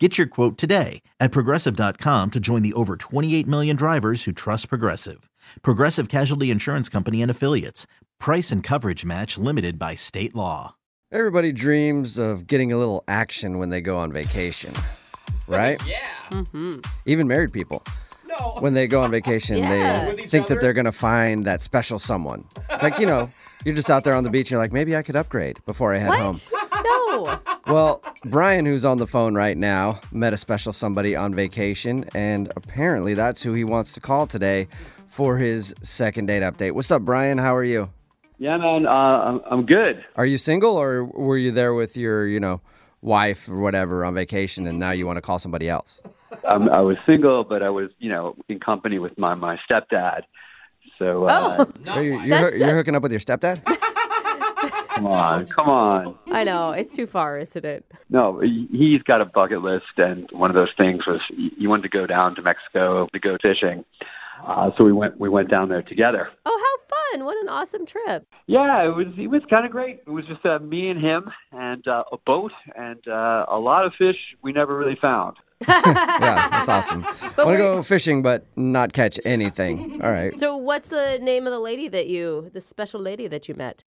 Get your quote today at progressive.com to join the over 28 million drivers who trust Progressive. Progressive Casualty Insurance Company and Affiliates. Price and coverage match limited by state law. Everybody dreams of getting a little action when they go on vacation, right? Yeah. Even married people. No. When they go on vacation, Yeah. they With each think that other? they're going to find that special someone. Like, you know, you're just out there on the beach and you're like, maybe I could upgrade before I head home. What? No. Well, Brian, who's on the phone right now, met a special somebody on vacation, and apparently that's who he wants to call today for his second date update. What's up, Brian? How are you? Yeah, man, uh, I'm, I'm good. Are you single or were you there with your, you know, wife or whatever on vacation and now you want to call somebody else? I'm, I was single, but I was, you know, in company with my my stepdad. So uh, Are you, you're, That's- you're hooking up with your stepdad? come on, come on. I know. It's too far, isn't it? No, he- he's got a bucket list, and one of those things was he he wanted to go down to Mexico to go fishing. Uh, so we went we went down there together. Oh, how fun. What an awesome trip. Yeah, it was it was kind of great. It was just uh, me and him, and uh, a boat, and uh, a lot of fish we never really found. yeah, that's awesome. But want to wait- go fishing but not catch anything. All right. So, what's the name of the lady that you, the special lady that you met?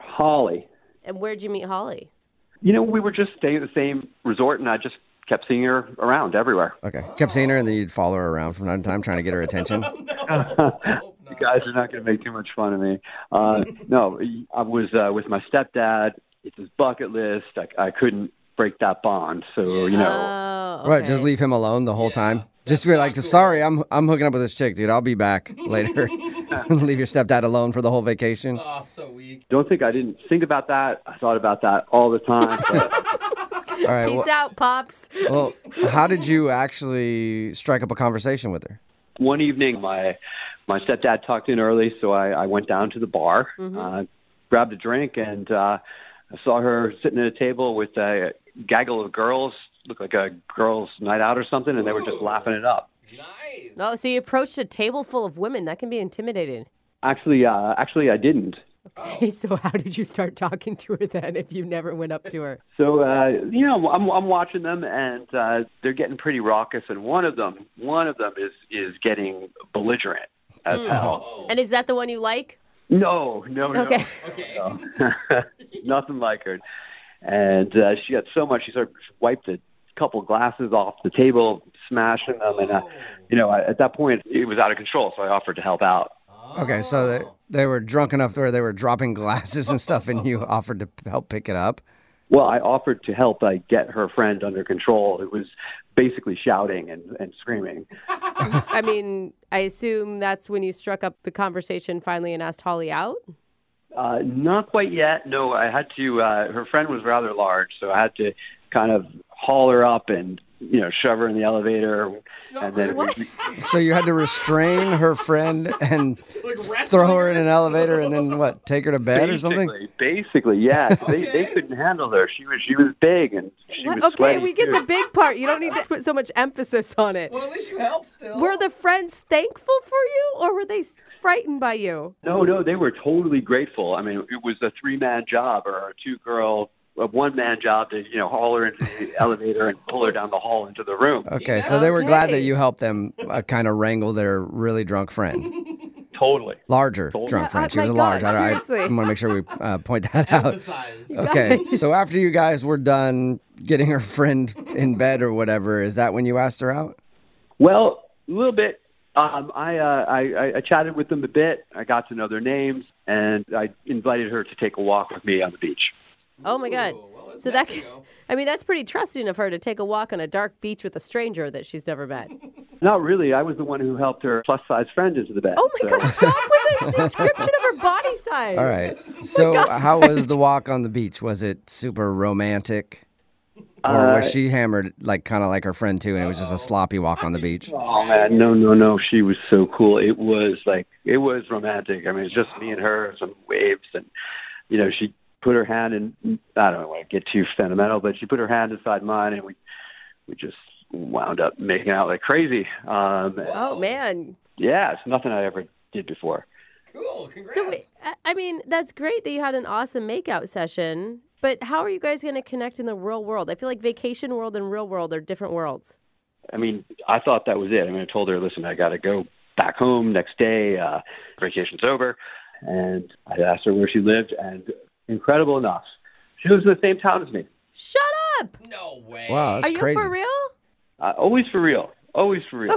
Holly, And where'd you meet Holly? you know, we were just staying at the same resort, and I just kept seeing her around everywhere. Okay. Kept seeing her and then you'd follow her around from time to time trying to get her attention. you guys are not going to make too much fun of me. Uh, no, I was uh, with my stepdad. It's his bucket list. I, I couldn't break that bond, so you know. Oh, What, just okay. leave him alone the whole time? Just be like, sorry, I'm I'm hooking up with this chick, dude. I'll be back later. leave your stepdad alone for the whole vacation. Oh, so weak. Don't think I didn't think about that. I thought about that all the time. But All right. Peace Well, out, Pops. well, how did you actually strike up a conversation with her? one evening, my my stepdad tucked in early, so I, I went down to the bar, uh, grabbed a drink, and uh, I saw her sitting at a table with a gaggle of girls. Looked like a girls' night out or something, and they were just laughing it up. Nice. Oh, so you approached a table full of women. That can be intimidating. Actually, uh, actually, I didn't. Okay, so how did you start talking to her then if you never went up to her? So uh, you know, I'm I'm watching them, and uh, they're getting pretty raucous. And one of them, one of them is is getting belligerent as hell. And is that the one you like? No, no, no, Okay. Okay. nothing like her. And uh, she got so much, she sort of wiped a couple glasses off the table, smashing them. And uh, you know, I, at that point, it was out of control. So I offered to help out. Okay, so they, they were drunk enough to where they were dropping glasses and stuff, and you offered to help pick it up. Well, I offered to help uh, get her friend under control. It was basically shouting and, and screaming. I mean, I assume that's when you struck up the conversation finally and asked Holly out? Uh, not quite yet. No, I had to. Uh, her friend was rather large, so I had to kind of haul her up and you know shove her in the elevator, and then we, So you had to restrain her friend and throw her in an elevator, and then what? Take her to bed or something? basically, basically, yeah, they, they couldn't handle her. She was she was big and she was Okay, sweaty. we get too. the big part. You don't need to put so much emphasis on it. Well, at least you helped still. Were the friends thankful for you or were they s- frightened by you? No, no, they were totally grateful. I mean, it was a three man job or a two girl, a one man job to you know haul her into the elevator and pull her down the hall into the room. Okay, so they were glad that Okay. you helped them uh, kind of wrangle their really drunk friend, Totally. larger Totally. drunk friend. She my was a large. God, I, seriously. want to make sure we uh, point that out. Emphasize. Okay, so after you guys were done getting her friend in bed or whatever, is that when you asked her out? Well, a little bit. Um, I, uh, I I- I chatted with them a bit. I got to know their names, and I invited her to take a walk with me on the beach. Oh my god. Ooh, well, it's so that Mexico. I mean that's pretty trusting of her to take a walk on a dark beach with a stranger that she's never met. Not really. I was the one who helped her plus size friend into the bed. Oh my so- god, stop with the description of her body size. All uh, right. So how was the walk on the beach? Was it super romantic? Or Uh, was she hammered, like kind of like her friend too, and it was just a sloppy walk on the beach? Oh man, no, no, no. She was so cool. It was like it was romantic. I mean, it's just me and her, some waves, and you know, she put her hand in. I don't want to get too sentimental, but she put her hand inside mine, and we we just wound up making out like crazy. Um, Oh man. yeah, it's nothing I ever did before. Cool. Congrats. So I- I mean, that's great that you had an awesome makeout session. But how are you guys going to connect in the real world? I feel like vacation world and real world are different worlds. I mean, I thought that was it. I mean, I told her, listen, I got to go back home next day. Uh, vacation's over. And I asked her where she lived, and incredible enough, she lives in the same town as me. Shut up! no way. Wow, that's are you crazy. for real? Uh, always for real. Always for real.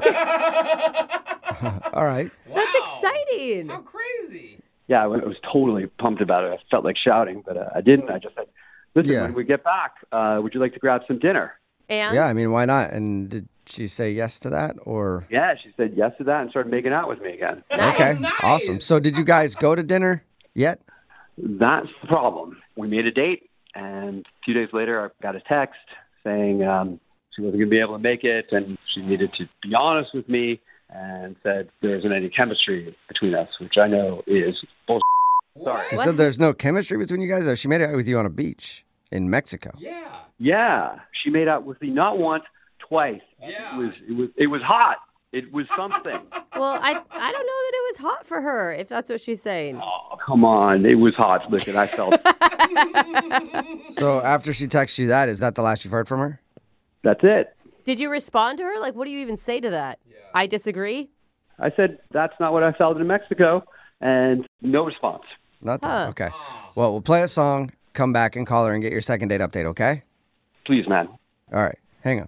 All right. That's Wow. exciting. How crazy. Yeah, I was I was totally pumped about it. I felt like shouting, but uh, I didn't. I just said, listen, Yeah. when we get back, uh, would you like to grab some dinner? And Yeah, I mean, why not? And did she say yes to that, or Yeah, she said yes to that and started making out with me again. nice. okay, Nice. awesome. So did you guys go to dinner yet? That's the problem. We made a date, and a few days later, I got a text saying um, she wasn't going to be able to make it, and she needed to be honest with me, and said there isn't any chemistry between us, which I know is bullshit. Sorry. She What? said there's no chemistry between you guys. Or she made it out with you on a beach in Mexico. Yeah. Yeah, she made out with me not once, twice. Yeah. It was it was it was hot. It was something. Well, I I don't know that it was hot for her if that's what she's saying. oh come on, it was hot. Listen, I felt So after she texted you that, is that the last you've heard from her? that's it. Did you respond to her? Like, what do you even say to that? I disagree. I said that's not what I felt in Mexico, and no response. Not that. Huh. Okay. Well, we'll play a song, come back and call her and get your second date update, okay? Please, man. All right. Hang on.